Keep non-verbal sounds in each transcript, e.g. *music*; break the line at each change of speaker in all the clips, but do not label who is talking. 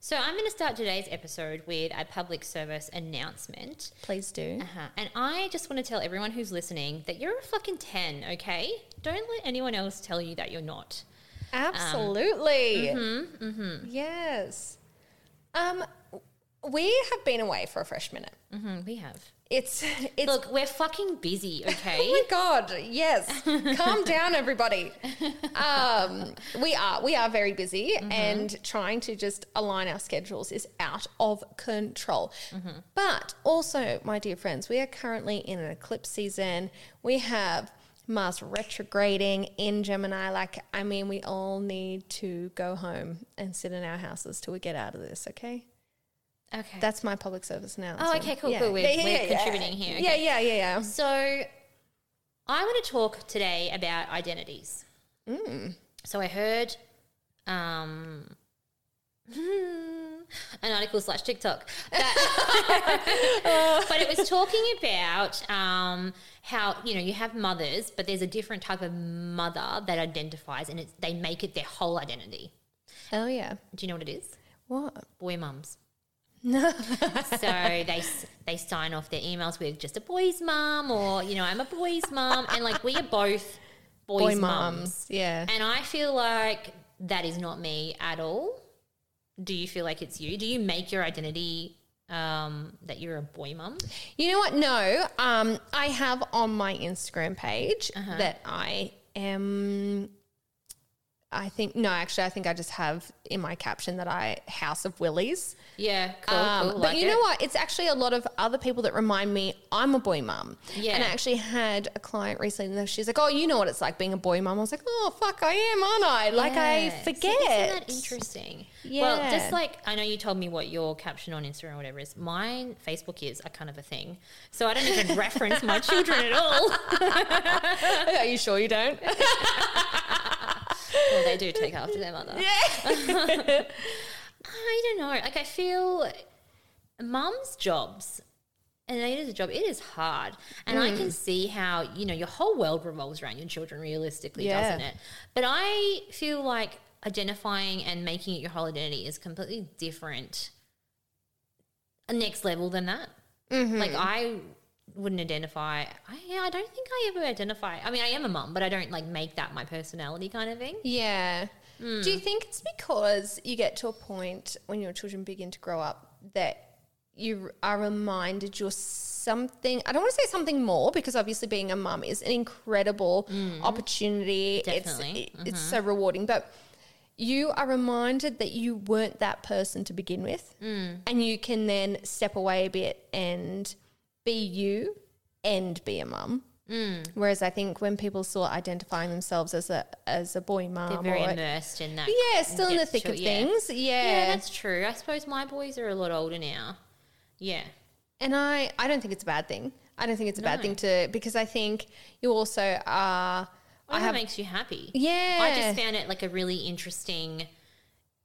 So I'm going to start today's episode with a public service announcement.
Please do.
Uh-huh. And I just want to tell everyone who's listening that you're a fucking 10, okay? Don't let anyone else tell you that you're not.
Absolutely. mm-hmm, Yes. Um, we have been away for a fresh minute.
hmm we have.
It's it's.
Look, we're fucking busy,
Oh
okay?
my god! Yes, calm down, everybody. Um, we are we are very busy,
Mm-hmm.
and trying to just align our schedules is out of control.
Mm-hmm.
But also, my dear friends, we are currently in an eclipse season. We have Mars retrograding in Gemini. Like, I mean, we all need to go home and sit in our houses till we get out of this. Okay.
*laughs* okay.
That's my public service now.
Oh, okay, cool, cool. We're- we're contributing here.
Yeah, yeah, yeah, yeah.
So, I want to talk today about identities. Mm. So, I heard um, *laughs* an article slash TikTok, that- *laughs* but it was talking about um, how you know you have mothers, but there's a different type of mother that identifies, and it's, they make it their whole identity.
Oh, yeah.
Do you know what it is?
What?
Boy *laughs* mums. so they s- they sign off their emails with just a boy's mum or you know I'm a boy's mum and like we are both boys
Boy
mums.
moms. Yeah.
and I feel like that is not me at all. Do you feel like it's you? Do you make your identity um, that you're a boy mum?
You know what? No, um, I have on my Instagram page
Uh-huh.
that I am. I think no, actually, I think I just have in my caption that I House of Willies.
Yeah, Oh, cool.
Um,
cool,
but
like
you
it.
know what? It's actually a lot of other people that remind me I'm a boy mum.
Yeah.
And I actually had a client recently, and she's like, "Oh, you know what it's like being a boy mum." I was like, "Oh, fuck, I am, aren't I?" Like I
Yes.
forget.
Isn't that interesting? Well,
Yeah.
just like I know you told me what your caption on Instagram or whatever is. Mine, Facebook is a kind of a thing. So I don't even *laughs* reference my children at all.
*laughs* Are you sure you don't?
well, they do take after their mother. *laughs* I don't know. Like I feel mum's jobs and it is a job. It is hard, and I can see how you know your whole world revolves around your children. Realistically,
Yeah.
doesn't it? But I feel like identifying and making it your whole identity is completely different, a next level than that. Like I wouldn't identify. I, yeah, I don't think I ever identify. I mean, I am a mum, but I don't like make that my personality kind of thing.
Yeah. Do you think it's because you get to a point when your children begin to grow up that you are reminded you're something? I don't want to say something more because obviously being a mum is an incredible opportunity.
Definitely.
It's, it- it's so rewarding. But you are reminded that you weren't that person to begin with. And you can then step away a bit and be you and be a mum. Whereas I think when people start identifying themselves as a as a boy
They're
mum,
very
or-
immersed in that.
Um, yeah, still in the
Yes,
thick
sure,
of
yeah.
things, yeah.
Yeah, that's true. I suppose my boys are a lot older now. Yeah.
and I I don't think it's a bad thing. I don't think it's a bad thing to because I think you also
I
are. I have
makes you happy.
yeah.
I just found it like a really interesting,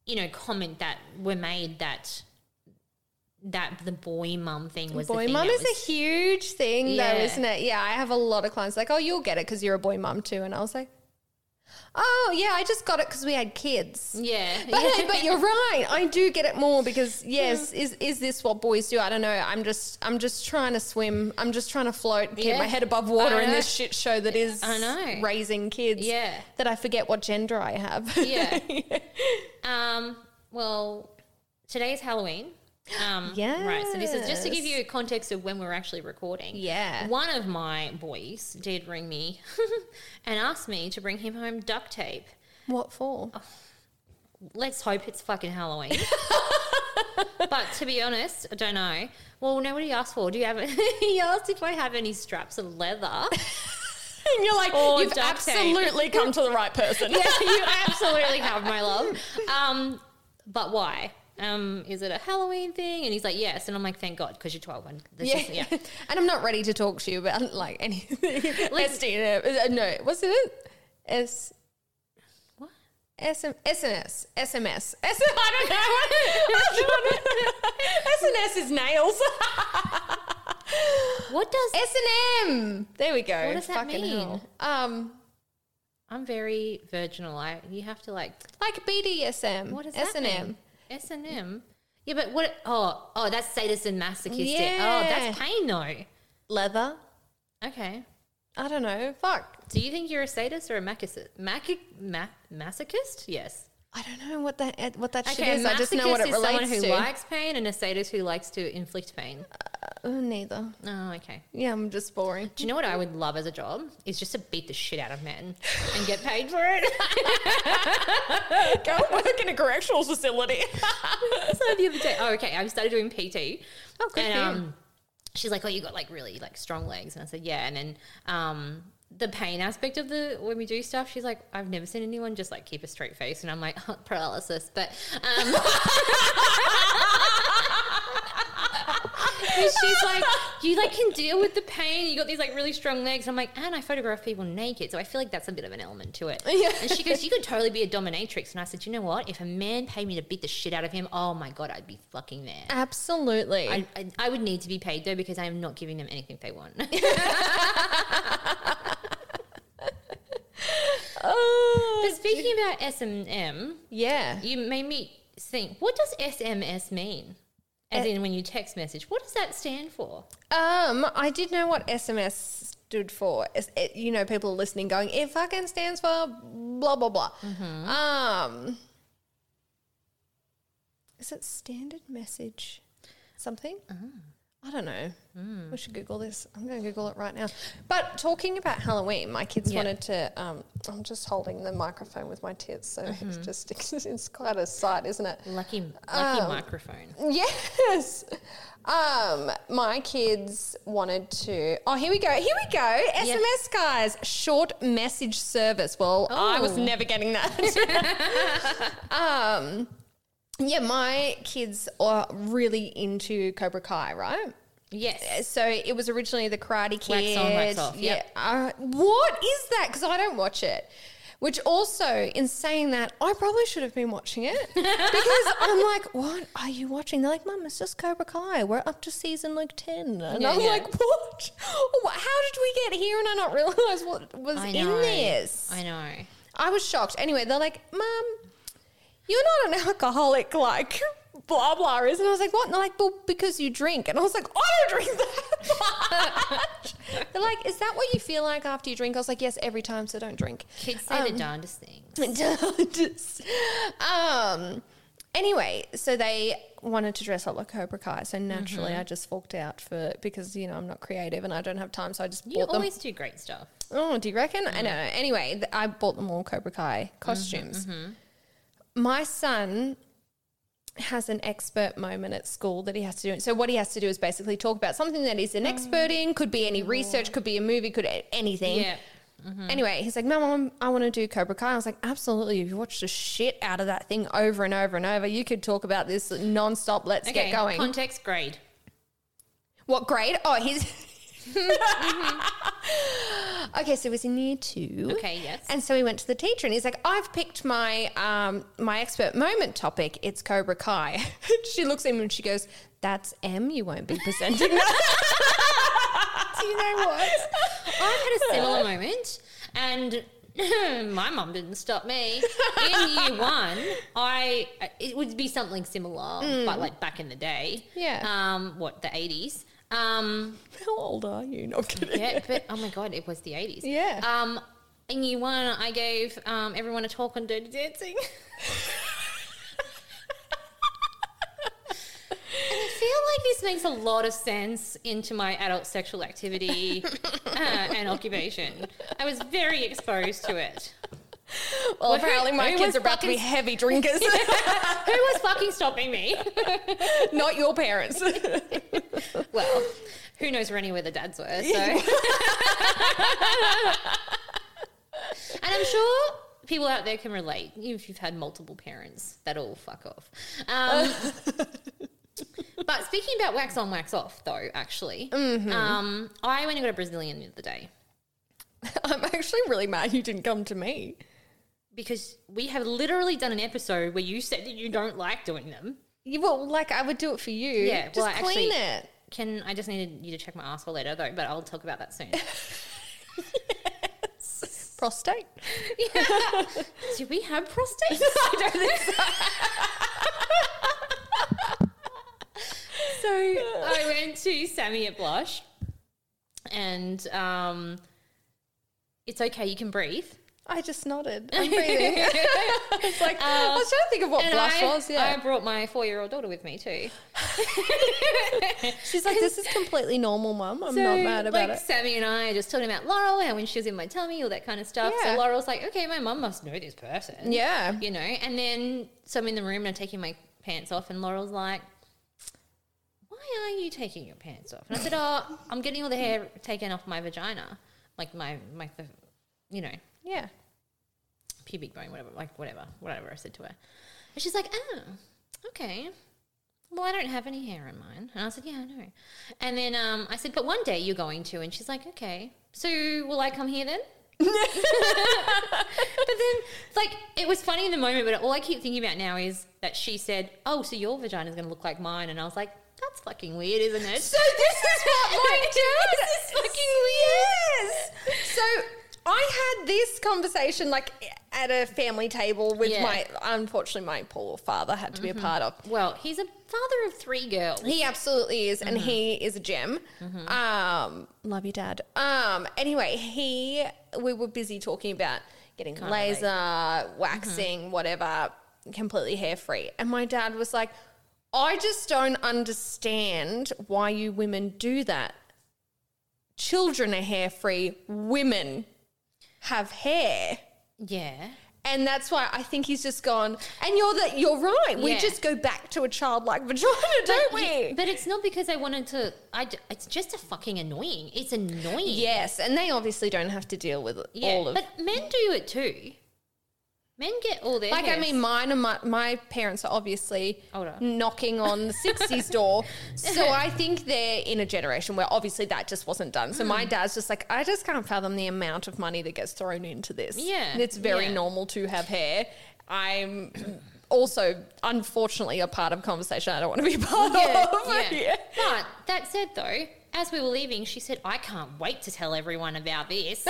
you know, comment that were made that that the boy mum thing was the
boy
thing
mum
that
is
was-
a huge thing
Yeah.
though, isn't it? Yeah, I have a lot of clients like, oh, you'll get it because you're a boy mum too, and I was like, oh yeah, I just got it because we had kids.
yeah.
But,
*laughs* yeah.
but you're right. I do get it more because yes, is is this what boys do? I don't know. I'm just I'm just trying to swim. I'm just trying to float, keep
Yeah.
my head above water
I
in
know.
this shit show that is
I know.
raising kids.
Yeah.
That I forget what gender I have. *laughs*
Yeah. Um, well, today is Halloween. Um, Right. So this is just to give you a context of when we're actually recording.
Yeah.
One of my boys did ring me *laughs* and asked me to bring him home duct tape.
what for?
Let's hope it's fucking Halloween. but to be honest, I don't know. Well, no, what he asked for? Do you have? *laughs* he asked if I have any straps of leather.
*laughs* And you're like,
Or
you've
duct tape.
absolutely come to the right
*laughs*
person.
yeah, you absolutely have, my love. Um, but why? Um, is it a Halloween thing? And he's like, yes. And I'm like, thank God, because you're 12. And this is-
Yeah. *laughs*
yeah.
and I'm not ready to talk to you about like
*laughs*
anything. SD, uh, no, what's it? S.
What?
SM, SNS, SMS, S- *laughs* I
*laughs*
don't know. SNS is nails.
What does?
S and M. There we go.
What does that
Fucking
mean?
hell. Um,
I'm very virginal. I you have to like.
like BDSM.
What does
S
that
and
mean?
M.
S and M. Yeah, but what? Oh, oh, that's sadist and masochistic. Oh,
Yeah.
that's pain though.
Leather.
Okay.
I don't know. Fuck.
Do you think you're a sadist or a masochist? Mac- ma- masochist? Yes.
I don't know what that what that
Okay,
shit is.
a
I just know
masochist
what it
is someone
relates
who
to.
likes pain and a sadist who likes to inflict pain.
Oh, neither.
Oh, okay.
Yeah, I'm just
*laughs*
boring.
Do you know what I would love as a job? Is just to beat the shit out of men and get paid for it. *laughs*
Go work in a correctional facility.
so the other day, oh, okay, I started doing PT.
Oh, good for
um,
you.
she's like, oh, you got like really like strong legs, and I said, yeah. And then um, the pain aspect of the when we do stuff, she's like, I've never seen anyone just like keep a straight face, and I'm like, oh, paralysis, but. Um, *laughs* But she's like, you like can deal with the pain. You got these like really strong legs. I'm like, and I photograph people naked, so I feel like that's a bit of an element to it.
Yeah.
And she goes, you could totally be a dominatrix. And I said, you know what? If a man paid me to beat the shit out of him, oh my god, I'd be fucking there.
Absolutely.
I, I, I would need to be paid though because I am not giving them anything they want. *laughs*
oh,
but speaking about S and M,
yeah.
you made me think. What does SMS mean? As
Eh.
in, when you text message, what does that stand for?
Um, I did know what SMS stood for. It's- it- you know, people are listening, going, "It fucking stands for blah blah blah."
Mm-hmm.
Um, is it standard message? Something?
Oh.
I don't know.
Hmm.
We should Google this. I'm going to Google it right now. But talking about Halloween, my kids
Yeah.
wanted to. Um, I'm just holding the microphone with my tits, so it's
Mm-hmm.
just *laughs* it's quite a sight, isn't it?
Lucky, lucky
Um,
microphone.
Yes. Um, my kids wanted to. Oh, here we go. Here we go. SMS guys, short message service. Well, I was
Oh.
never getting that. *laughs* um, yeah, my kids are really into Cobra Kai, right?
Yes.
So it was originally the Karate
Wax
Kid.
on, wax off,
Yeah.
yep.
Uh, what is that? Because I don't watch it. Which also, in saying that, I probably should have been watching it
*laughs*
because I'm like, what are you watching? They're like, Mum, it's just Cobra Kai. We're up to season like ten, and
Yeah,
I'm
yeah.
like, what? Wha- How did we get here? And I not realize what was
I
in
know.
this.
I know.
I was shocked. Anyway, they're like, Mum, you're not an alcoholic, like, blah, blah, is. And I was like, what? And they're like, well, because you drink. And I was like, I don't drink that much. *laughs* they're like, is that what you feel like after you drink? I was like, yes, every time, so don't drink. *laughs*
Kids say
Um,
the darndest things.
Just- um, anyway, so they wanted to dress up like Cobra Kai. So naturally,
Mm-hmm.
I just forked out for, because, you know, I'm not creative and I don't have time. So I just
You
bought them.
always do great stuff.
Oh, do you reckon? I don't know. Anyway, th- I bought them all Cobra Kai
Mm-hmm,
costumes. My son has an expert moment at school that he has to do. So what he has to do is basically talk about something that he's an
Oh,
expert in. Could be any research. Could be a movie. Could a- anything.
Yeah. mm-hmm.
Anyway, he's like, Mum, I'm- I want to do Cobra Kai. I was like, Absolutely. If you watch the shit out of that thing over and over and over, you could talk about this nonstop. Let's
Okay.
get going.
Context grade.
What grade? Oh, he's. *laughs* okay, so he's in year two.
Okay, yes.
And so he went to the teacher and he's like, I've picked my um, my expert moment topic. It's Cobra Kai. *laughs* she looks at him and she goes, That's M. You won't be presenting that. *laughs* Do you know what?
I had a similar moment, and *clears throat* my mum didn't stop me. In year one, I it would be something similar, but like back in the day,
Yeah.
Um, what the eighties? Um,
*laughs* How old are you? Not kidding. *laughs*
yeah, but oh my god, it was the eighties.
Yeah.
Um, in year one, I gave um, everyone a talk on Dirty Dancing. *laughs* I feel like this makes a lot of sense into my adult sexual activity uh, and occupation. I was very exposed to it.
Well,
Well,
apparently
who-
my
who
kids
was
are about to be
fucking-
heavy *laughs* drinkers.
Who was fucking stopping me? *laughs*
Not your parents.
Well, who knows Rennie where the dads were, so. and I'm sure people out there can relate if you've had multiple parents that all fuck off. Um, but speaking about wax on, wax off, though, actually, um, I went and got a Brazilian the other day
*laughs* I'm actually really mad you didn't come to me.
because we have literally done an episode where you said that you don't like doing them.
You, well, like I would do it for you.
Yeah,
just
well, I
clean
actually-
it.
Can I just needed you to check my asshole later, though? But I'll talk about that soon. *laughs*
Prostate.
*laughs* Do we have prostate? I don't think so. So I went to Sammy at Blush, and um, it's okay. You can breathe.
I just nodded. I'm breathing. *laughs* it's like I
Um,
was trying to think of what
And
blush
I,
was. Yeah,
I brought my four-year-old daughter with me too.
she's like, "This is completely normal, mum. I'm not mad about
like
it."
Sammy and I just talking about Laurel and when she was in my tummy, all that kind of stuff.
Yeah.
So Laurel's like, okay, my mum must know this person.
Yeah.
You know, and then so I'm in the room and I'm taking my pants off, and Laurel's like, why are you taking your pants off? And I said, oh, I'm getting all the hair taken off my vagina, like my, my the, you know,
Yeah.
pubic bone, whatever, like whatever, whatever I said to her. And she's like, oh, okay. Well, I don't have any hair in mine. And I said, yeah, I know. And then um, I said, but one day you're going to. And she's like, okay. So will I come here then? but then, like, it was funny in the moment, but all I keep thinking about now is that she said, oh, so your vagina's going to look like mine. And I was like, that's fucking weird, isn't it?
So this is *laughs* what mine did.
This is fucking
weird. So I had this conversation like at a family table with
Yeah.
my. Unfortunately, my poor father had to be a part of.
well, he's a father of three girls.
He absolutely is, and he is a gem. Um, love you, Dad. Um, anyway, he we were busy talking about getting laser, waxing, whatever, completely hair free, and my dad was like, "I just don't understand why you women do that. Children are hair free, women have hair."
Yeah.
And that's why I think he's just gone. And you're the, you're right. We
Yeah.
just go back to a childlike *laughs* vagina, don't we?
Yeah, but it's not because I wanted to. I, d- it's just a fucking annoying. It's annoying.
Yes, and they obviously don't have to deal with
Yeah,
all of.
but men do it too. Men get all their
like I
hairs-
mean, *laughs* mine and my, my parents are obviously
Older.
knocking on the '60s door,
*laughs*
so I think they're in a generation where obviously that just wasn't done. So
Mm.
my dad's just like, I just can't fathom the amount of money that gets thrown into this.
Yeah,
it's very
yeah.
normal to have hair. I'm also unfortunately a part of a conversation I don't want to be a part *laughs*
yeah,
of.
yeah. But that said, though, as we were leaving, she said, "I can't wait to tell everyone about
*laughs*
this,"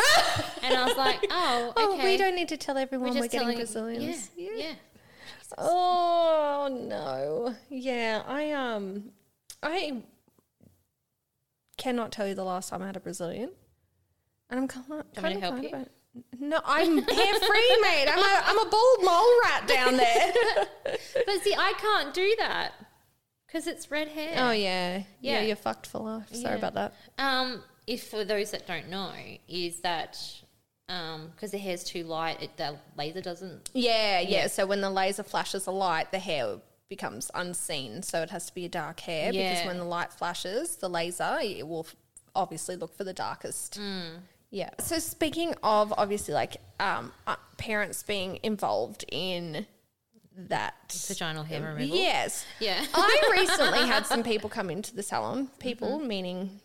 and I was like, "Oh, okay."
Oh, we don't need to tell
We're
everyone we're,
just
getting
telling-
Brazilians.
Yeah, yeah.
Oh no. Yeah, I um I cannot tell you the last time I had a Brazilian. And I'm kind of
want me
kind
to
of
help
glad
you?
about it. No, I'm hair free, mate. I'm a I'm a bald mole rat
*laughs*
down there.
But see, I can't do that because it's red hair.
oh yeah. yeah.
Yeah.
you're fucked for life. Sorry
Yeah.
about that.
Um, if for those that don't know, is that because the hair's too light, it, the laser doesn't.
Yeah, yeah, So when the laser flashes a light, the hair becomes unseen. So it has to be a dark hair because
Yeah.
when the light flashes, the laser, it will f- obviously look for the darkest. Yeah. So speaking of obviously like um, uh, parents being involved in that.
Vaginal hair removal.
Yes.
Yeah.
*laughs* I recently had some people come into the salon, people meaning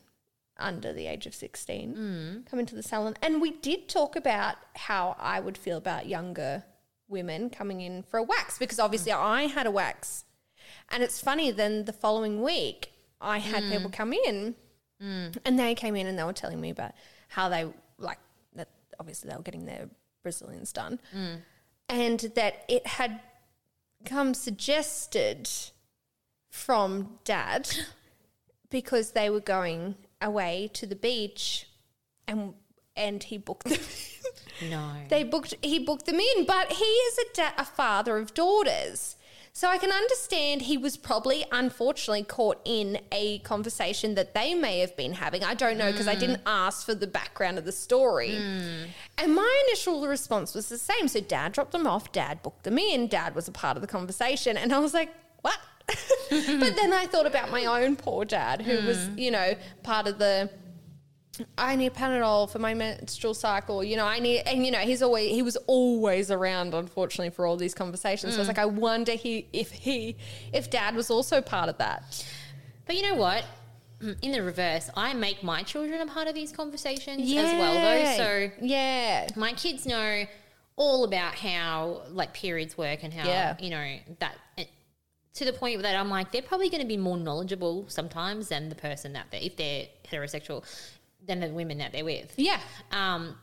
under the age of 16, come into the salon. And we did talk about how I would feel about younger women coming in for a wax because obviously I had a wax. And it's funny, then the following week, I had people come in and they came in and they were telling me about how they, like, that obviously they were getting their Brazilians done and that it had come suggested from dad because they were going away to the beach and and he booked them *laughs*
No.
they booked he booked them in but he is a, da- a father of daughters so i can understand he was probably unfortunately caught in a conversation that they may have been having i don't know because i didn't ask for the background of the story and my initial response was the same so dad dropped them off dad booked them in dad was a part of the conversation and i was like what *laughs* but then i thought about my own poor dad who was you know part of the I need Panadol for my menstrual cycle. You know, I need, and you know, he's always he was always around, unfortunately, for all these conversations. So I was
Mm.
like, I wonder he if he if Dad was also part of that.
But you know what? Mm, In the reverse, I make my children a part of these conversations as well, though.
yeah,
So my kids know all about how like periods work and how
Yeah.
you know that. It, to the point that I'm like, they're probably going to be more knowledgeable sometimes than the person that they, if they're heterosexual, than the women that they're with.
yeah,
Um,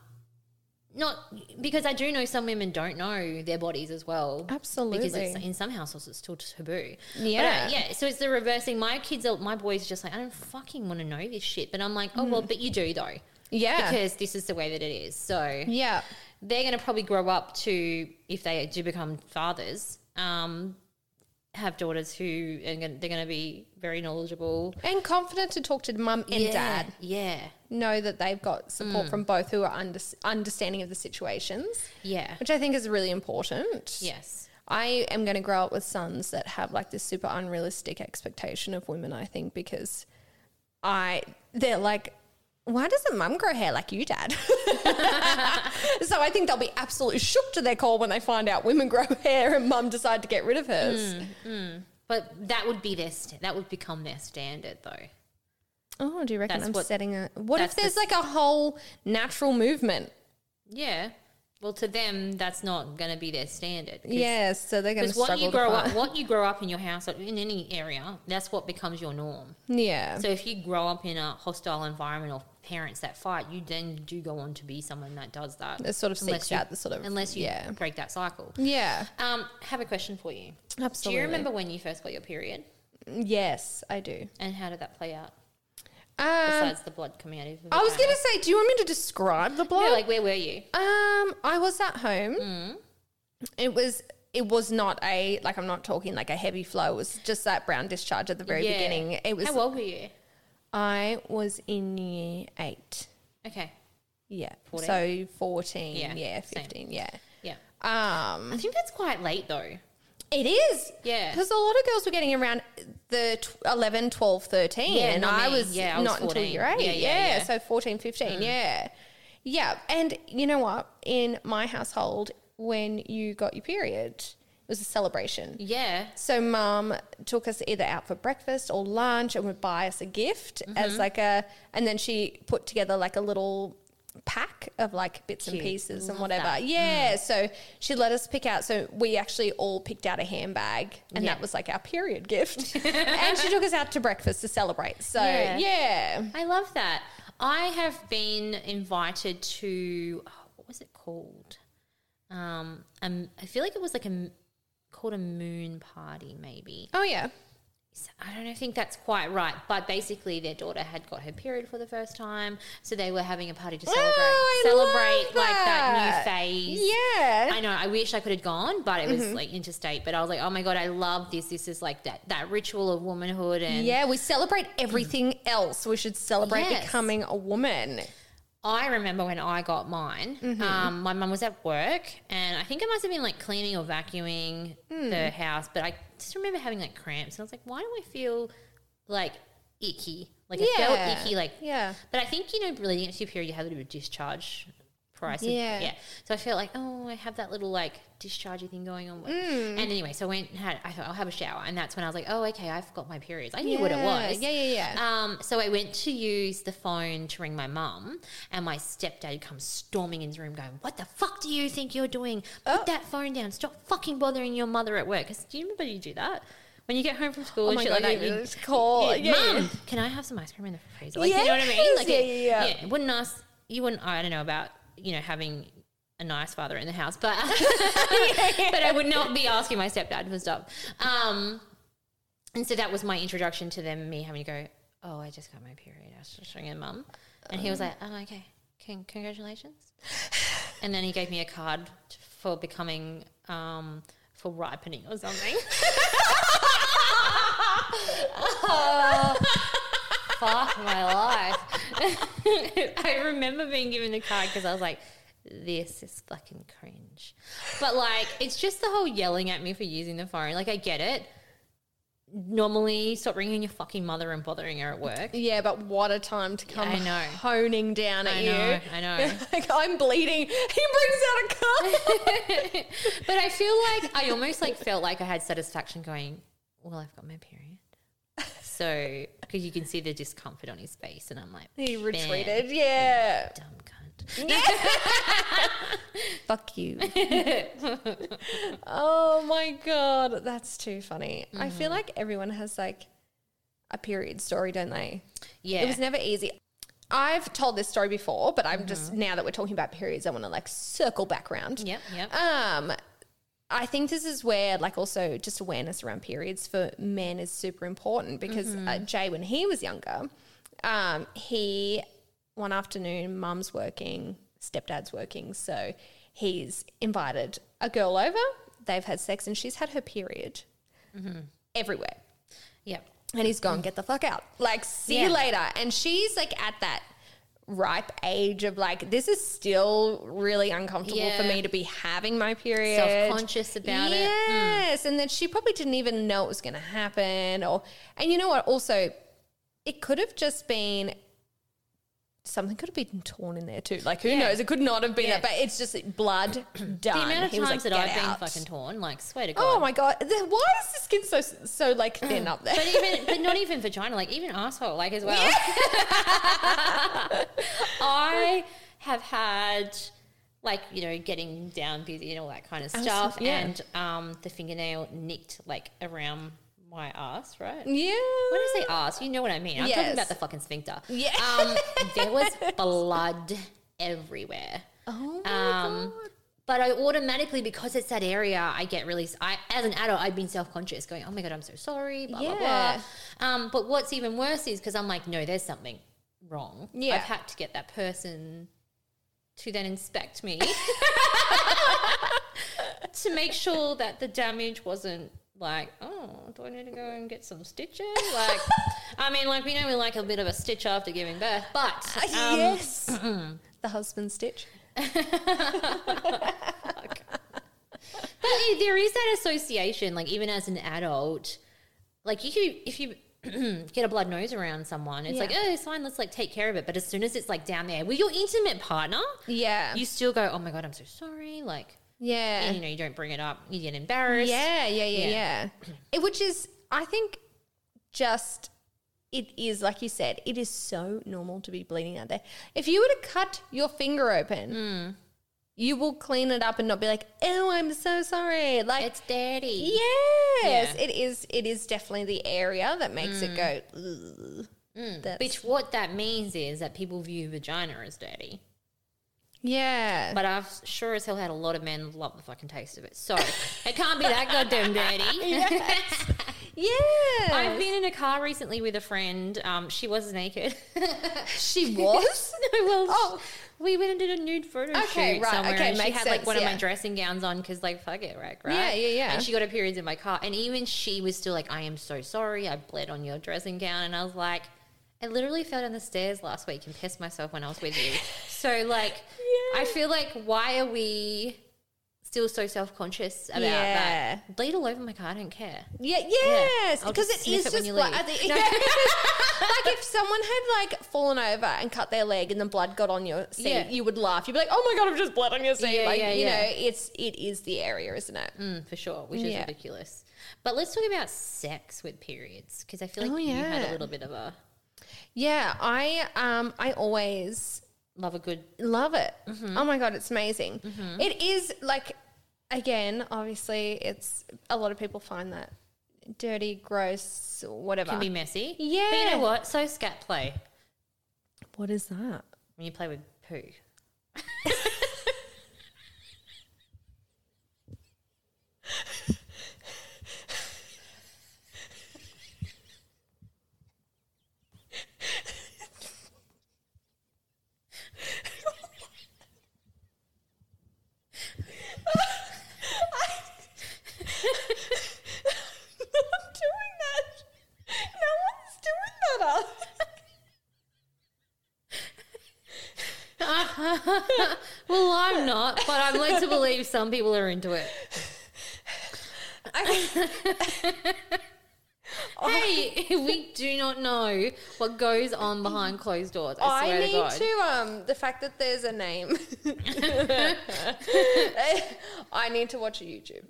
not because I do know some women don't know their bodies as well. Because it's,
Absolutely.
in some houses it's still taboo. But, uh,
Yeah.
yeah. So it's the reversing. My kids, are, my boys, are just like I don't fucking want to know this shit. But I'm like, oh well, but you do though,
Mm. Yeah.
because this is the way that it is. So
yeah.
they're going to probably grow up to if they do become fathers. Um, have daughters who are gonna, they're going to be very knowledgeable
And confident to talk to mum and
Yeah, Mm.
dad.
Yeah,
know that they've got support from both who are under, understanding of the situations,
yeah,
which I think is really important.
yes.
I am going to grow up with sons that have like this super unrealistic expectation of women, I think, because I, they're like, why doesn't mum grow hair like you, dad? *laughs* so I think they'll be absolutely shook to their core when they find out women grow *laughs* hair and mum decide to get rid of hers.
Hmm. But that would be their st- that would become their standard though.
Oh, do you reckon
That's
I'm
what-
setting a. What
that's
if
the
there's like a whole natural movement?
Yeah. Well, to them, that's not going to be their standard.
Yes, so they're going to
Because
struggle.
what you
to
grow up,
find-
what you grow up in your house or in any area, that's what becomes your norm.
Yeah.
So if you grow up in a hostile environment or parents that fight, you then do go on to be someone that does that.
It sort of seeks
Unless you-
out the sort of-
unless you
yeah.
break that cycle.
yeah.
Um, have a question for you.
Absolutely.
Do you remember when you first got your period,
Yes, I do.
and how did that play out?
Um,
Besides the blood coming out of your
I was
vagina?
going to say, do you want me to describe the blood?
Yeah, like where were you?
um, I was at home.
Mm.
It was. It was not a like I'm not talking like a heavy flow. It was just that brown discharge at the very
Yeah.
beginning. It was.
How old were you?
I was in year eight.
Okay,
Yeah.
14?
So fourteen.
Yeah,
Yeah.
same.
Fifteen. Yeah.
yeah.
Um,
I think that's quite late though.
it is.
Yeah.
Because a lot of girls were getting around the tw- 11, 12, 13.
Yeah,
and
not
I
me.
was,
Yeah, I was
not until
14.
year eight.
Yeah,
Yeah,
yeah, yeah. Mm.
So 14, 15. Yeah. Yeah. And you know what? In my household, when you got your period, it was a celebration.
Yeah.
So mum took us either out for breakfast or lunch and would buy us a gift
Mm-hmm.
as like a and then she put together like a little pack of like bits
Cute.
and pieces and
Love
whatever.
that. Mm.
Yeah. So she let us pick out so we actually all picked out a handbag and
Yeah.
that was like
*laughs*
our period gift. and she took us out to breakfast to celebrate. So
Yeah.
yeah.
I love that. I have been invited to oh, what was it called? Um, um, I feel like it was like a m- called a moon party, maybe.
Oh yeah.
So I don't know, think that's quite right, but basically their daughter had got her period for the first time, so they were having a party to celebrate,
I
celebrate
love
like that
that.
new phase.
Yeah.
I know. I wish I could have gone, but it was like interstate. But I was like, oh my god, I love this. This is like that that ritual of womanhood, and
yeah, we celebrate everything else. We should celebrate
Yes.
becoming a woman.
I remember when I got mine, um, my mum was at work, and I think I must have been like cleaning or vacuuming the house, but I just remember having like cramps, and I was like, why do I feel like icky? Like I
Yeah.
felt icky, like
Yeah.
But I think you know, really, against your period, you have a little discharge. Price,
Yeah.
yeah. So I felt like, oh, I have that little like dischargey thing going on.
Mm.
And anyway, so I went and had. I thought I'll have a shower, and that's when I was like, oh, okay, I forgot my periods. I knew what it
Yeah.
was.
Yeah, yeah, yeah.
Um, so I went to use the phone to ring my mum, and my stepdad comes storming into the room, going, "What the fuck do you think you're doing? Put
Oh.
that phone down! Stop fucking bothering your mother at work." 'Cause do you remember you do that when you get home from school?
Oh
and
my
shit
god,
like
that
that, you-
is cool.
yeah, Mum, can I have some ice cream in the freezer? Like, you know what I mean?
Yes,
Like,
yeah,
it-
yeah, yeah.
yeah. Wouldn't ask. You wouldn't. I don't know about you know having a nice father in the house, but
*laughs*
but I would not be asking my stepdad for stuff. Um, and so that was my introduction to them. Me having to go. Oh, I just got my period. I was just ringing mum, and he was like, "Oh, okay. Con- congratulations." and then he gave me a card t- for becoming um, for ripening or *laughs* something. Oh, fuck my life. *laughs* I remember being given the card because I was like, this is fucking cringe. But like, it's just the whole yelling at me for using the phone. Like, I get it. Normally, stop ringing your fucking mother and bothering her at
*laughs*
work.
Yeah, but what a time to come
I know.
honing down at
I
you.
know, I know.
*laughs* like, I'm bleeding. *laughs* He brings out a cup.
*laughs* But I feel like I almost like felt like I had satisfaction going, well, I've got my period. So, because you can see the discomfort on his face, and I'm like,
he
"Man,
retreated. Yeah.
dumb cunt.
Fuck you. *laughs* oh my God. That's too funny. I feel
Mm-hmm.
like everyone has like a period story, don't they?
Yeah,
It was never easy. I've told this story before, but I'm
Mm-hmm.
just now that we're talking about periods, I want to like circle back around.
Yep, yep.
Um, I think this is where, like, also just awareness around periods for men is super important because uh, Jay, when he was younger, um, he one afternoon, mum's working, stepdad's working, so he's invited a girl over. They've had sex and she's had her period everywhere,
Yep.
and he's gone, get the fuck out, like, see you
Mm. Yeah.
later. And she's like at that ripe age of like this is still really uncomfortable for
Yeah.
me to be having my period
Self-conscious about it.
yes. and that she probably didn't even know it was going to happen. Or, and you know what? Also, it could have just been something could have been torn in there too. Like who
Yeah.
knows? It could not have been
Yeah.
that, but it's just blood *clears throat* done.
The amount of
He was
times
like,
that I've
"Get out."
been fucking torn, like, swear to God.
Oh my god! The- Why is the skin so so like
*clears throat*
thin up there?
But even, but not even vagina, like even asshole, like as well. *laughs* I have had, like you know, getting down busy and all that kind of stuff,
Absolutely, Oh, yeah.
and um, the fingernail nicked like around my ass, right?
yeah.
When I say ass, you know what I mean. I'm talking
Yes.
about the fucking sphincter.
Yeah.
Um, there
*laughs*
was blood everywhere.
Oh my
Um,
god.
but I automatically, because it's that area, I get really. I, as an adult, I've been self conscious, going, "Oh my god, I'm so sorry." Blah blah
Yeah.
blah. Um, but what's even worse is because I'm like, no, there's something wrong.
Yeah.
I've had to get that person to then inspect
*laughs*
me to make sure that the damage wasn't like, oh, do I need to go and get some stitches? Like, I mean, like we know we like a bit of a stitch after giving birth, but
Uh,
um,
*laughs* *clears throat* yes. the husband stitch.
But i- there is that association, like even as an adult, like you could, if you *clears throat* get a blood nose around someone, it's
Yeah.
like, oh, it's fine, let's like take care of it. But as soon as it's like down there with your intimate partner,
Yeah.
you still go, oh my God, I'm so sorry. Like,
yeah.
and, you know, you don't bring it up, you get embarrassed.
Yeah, yeah, yeah, yeah.
Yeah.
It- which is, I think, just it is like you said, it is so normal to be bleeding out there. If you were to cut your finger open, you will clean it up and not be like, "Oh, I'm so sorry." Like,
It's dirty.
yes, it is. It is definitely the area that makes it go. "Ugh." That's-
Which what that means is that people view vagina as dirty.
yeah,
But I've sure as hell had a lot of men love the fucking taste of it.
*laughs*
So it can't be that goddamn dirty.
yeah.
I've been in a car recently with a friend. Um, she was naked.
*laughs*
*laughs*
she was.
no, well,
Oh.
we went and did a nude photo
Okay,
shoot
right,
somewhere.
okay,
and she
makes
had
sense,
like one of
yeah.
my dressing gowns on because like fuck it, right? right?
Yeah, yeah, yeah.
And she got her periods in my car, and even she was still like, "I am so sorry, I bled on your dressing gown," and I was like. I literally fell down the stairs last week and pissed myself when I was with
*laughs*
you. So, like, I feel like why are we still so self conscious about
Yeah.
that? Bleed all over my car, I don't care.
Yeah, yes,
I'll
because
just
it
sniff
is
it
just
when you
blood.
leave.
I think- *laughs* like if someone had like fallen over and cut their leg and the blood got on your seat,
Yeah.
you would laugh. You'd be like, "Oh my god, I've just blood on your seat!"
Yeah,
like
yeah,
you
yeah.
know, it's it is the area, isn't it?
Mm, for sure, which is
Yeah.
ridiculous. But let's talk about sex with periods because I feel like
Oh,
you had a
yeah.
little bit of a
Yeah, I um I always
love a good
love it. Oh my god, it's amazing. It is like again, obviously, it's a lot of people find that dirty, gross, whatever.
can be messy.
Yeah.
but you know what? So scat play
what is *laughs* that?
when you play with poo.
not doing that. No one's doing that.
Well, I'm not, but I'm led to believe some people are into
*laughs*
it.
Oh.
hey, *laughs* we do not know what goes on behind closed doors. I
I
swear to
need
God.
to, um the fact that there's
*laughs*
a name. I need to watch a YouTube.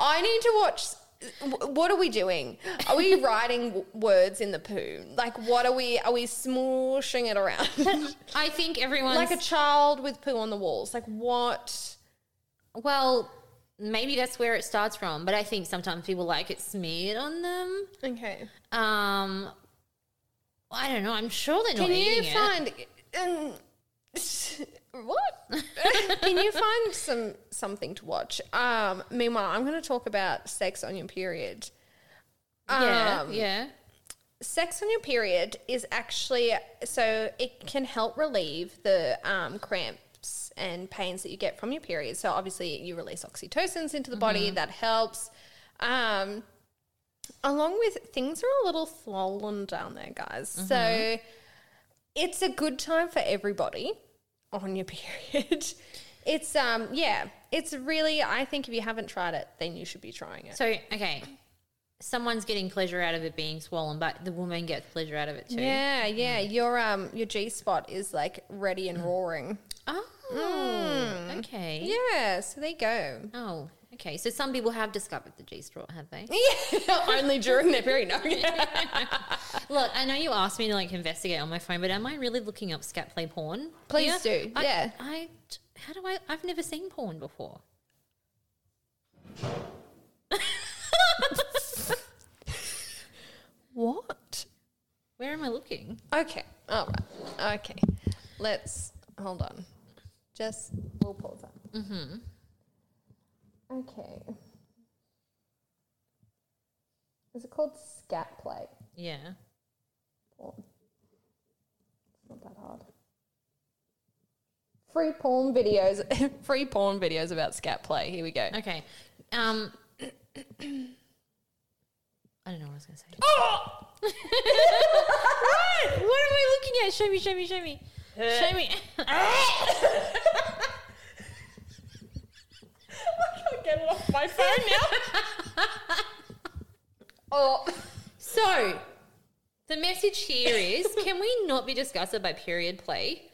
I need to watch. wh- What are we doing? Are we writing w- words in the poo? Like, what are we? Are we smooshing
*laughs*
it around
I think everyone's
like a child with poo on the walls? Like, what?
Well, maybe that's where it starts from. But I think sometimes people like it smeared on them.
Okay.
Um, I don't know. I'm sure they're not
Can you
eating it.
find um, what? *laughs* Can you find some something to watch? Um, meanwhile, I'm going to talk about sex on your period.
yeah,
Um,
yeah.
Sex on your period is actually so it can help relieve the um, cramps and pains that you get from your period. So obviously, you release oxytocins into the body that helps. Um, along with things are a little swollen down there, guys. So it's a good time for everybody on your *laughs* period. It's um yeah, it's really I think if you haven't tried it, then you should be trying it.
So okay, someone's getting pleasure out of it being swollen, but the woman gets pleasure out of it too.
Yeah, yeah, your um your G spot is like ready and roaring.
Oh,
Hmm.
okay.
Yeah, so there you go.
Oh, okay. So some people have discovered the G straw, have they?
Yeah, *laughs* only during their period. No.
Look, I know you asked me to like investigate on my phone, but am I really looking up scat play porn?
Please
here?
do,
I-
yeah.
I, how do I? I've never seen porn before.
What?
Where am I looking?
Okay. All right. Okay. Let's hold on. Just we'll pause that. Mm-hmm. Okay. Is it called scat play?
Yeah.
Porn. It's not that hard. Free porn videos. *laughs* Free porn videos about scat play. Here we go.
Okay. Um, *clears throat* I don't know what I was going to say. *laughs*
Oh!
what am I looking at? Show me, show me, show me. Show me.
Ah! I can't get it off my phone now. *laughs* oh. *laughs*
so, the message here is can we not be disgusted by period play?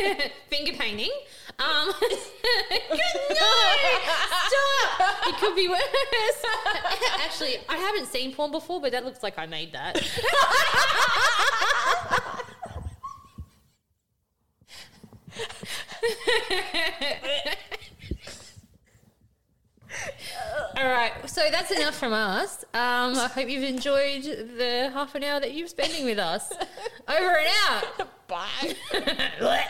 *laughs* Finger painting. Um, no! Stop! It could be worse. *laughs* Actually, I haven't seen porn before, but that looks like I made that. All right, so that's enough from us. Um, I hope you've enjoyed the half an hour that you're spending with us. Over and out.
Bye.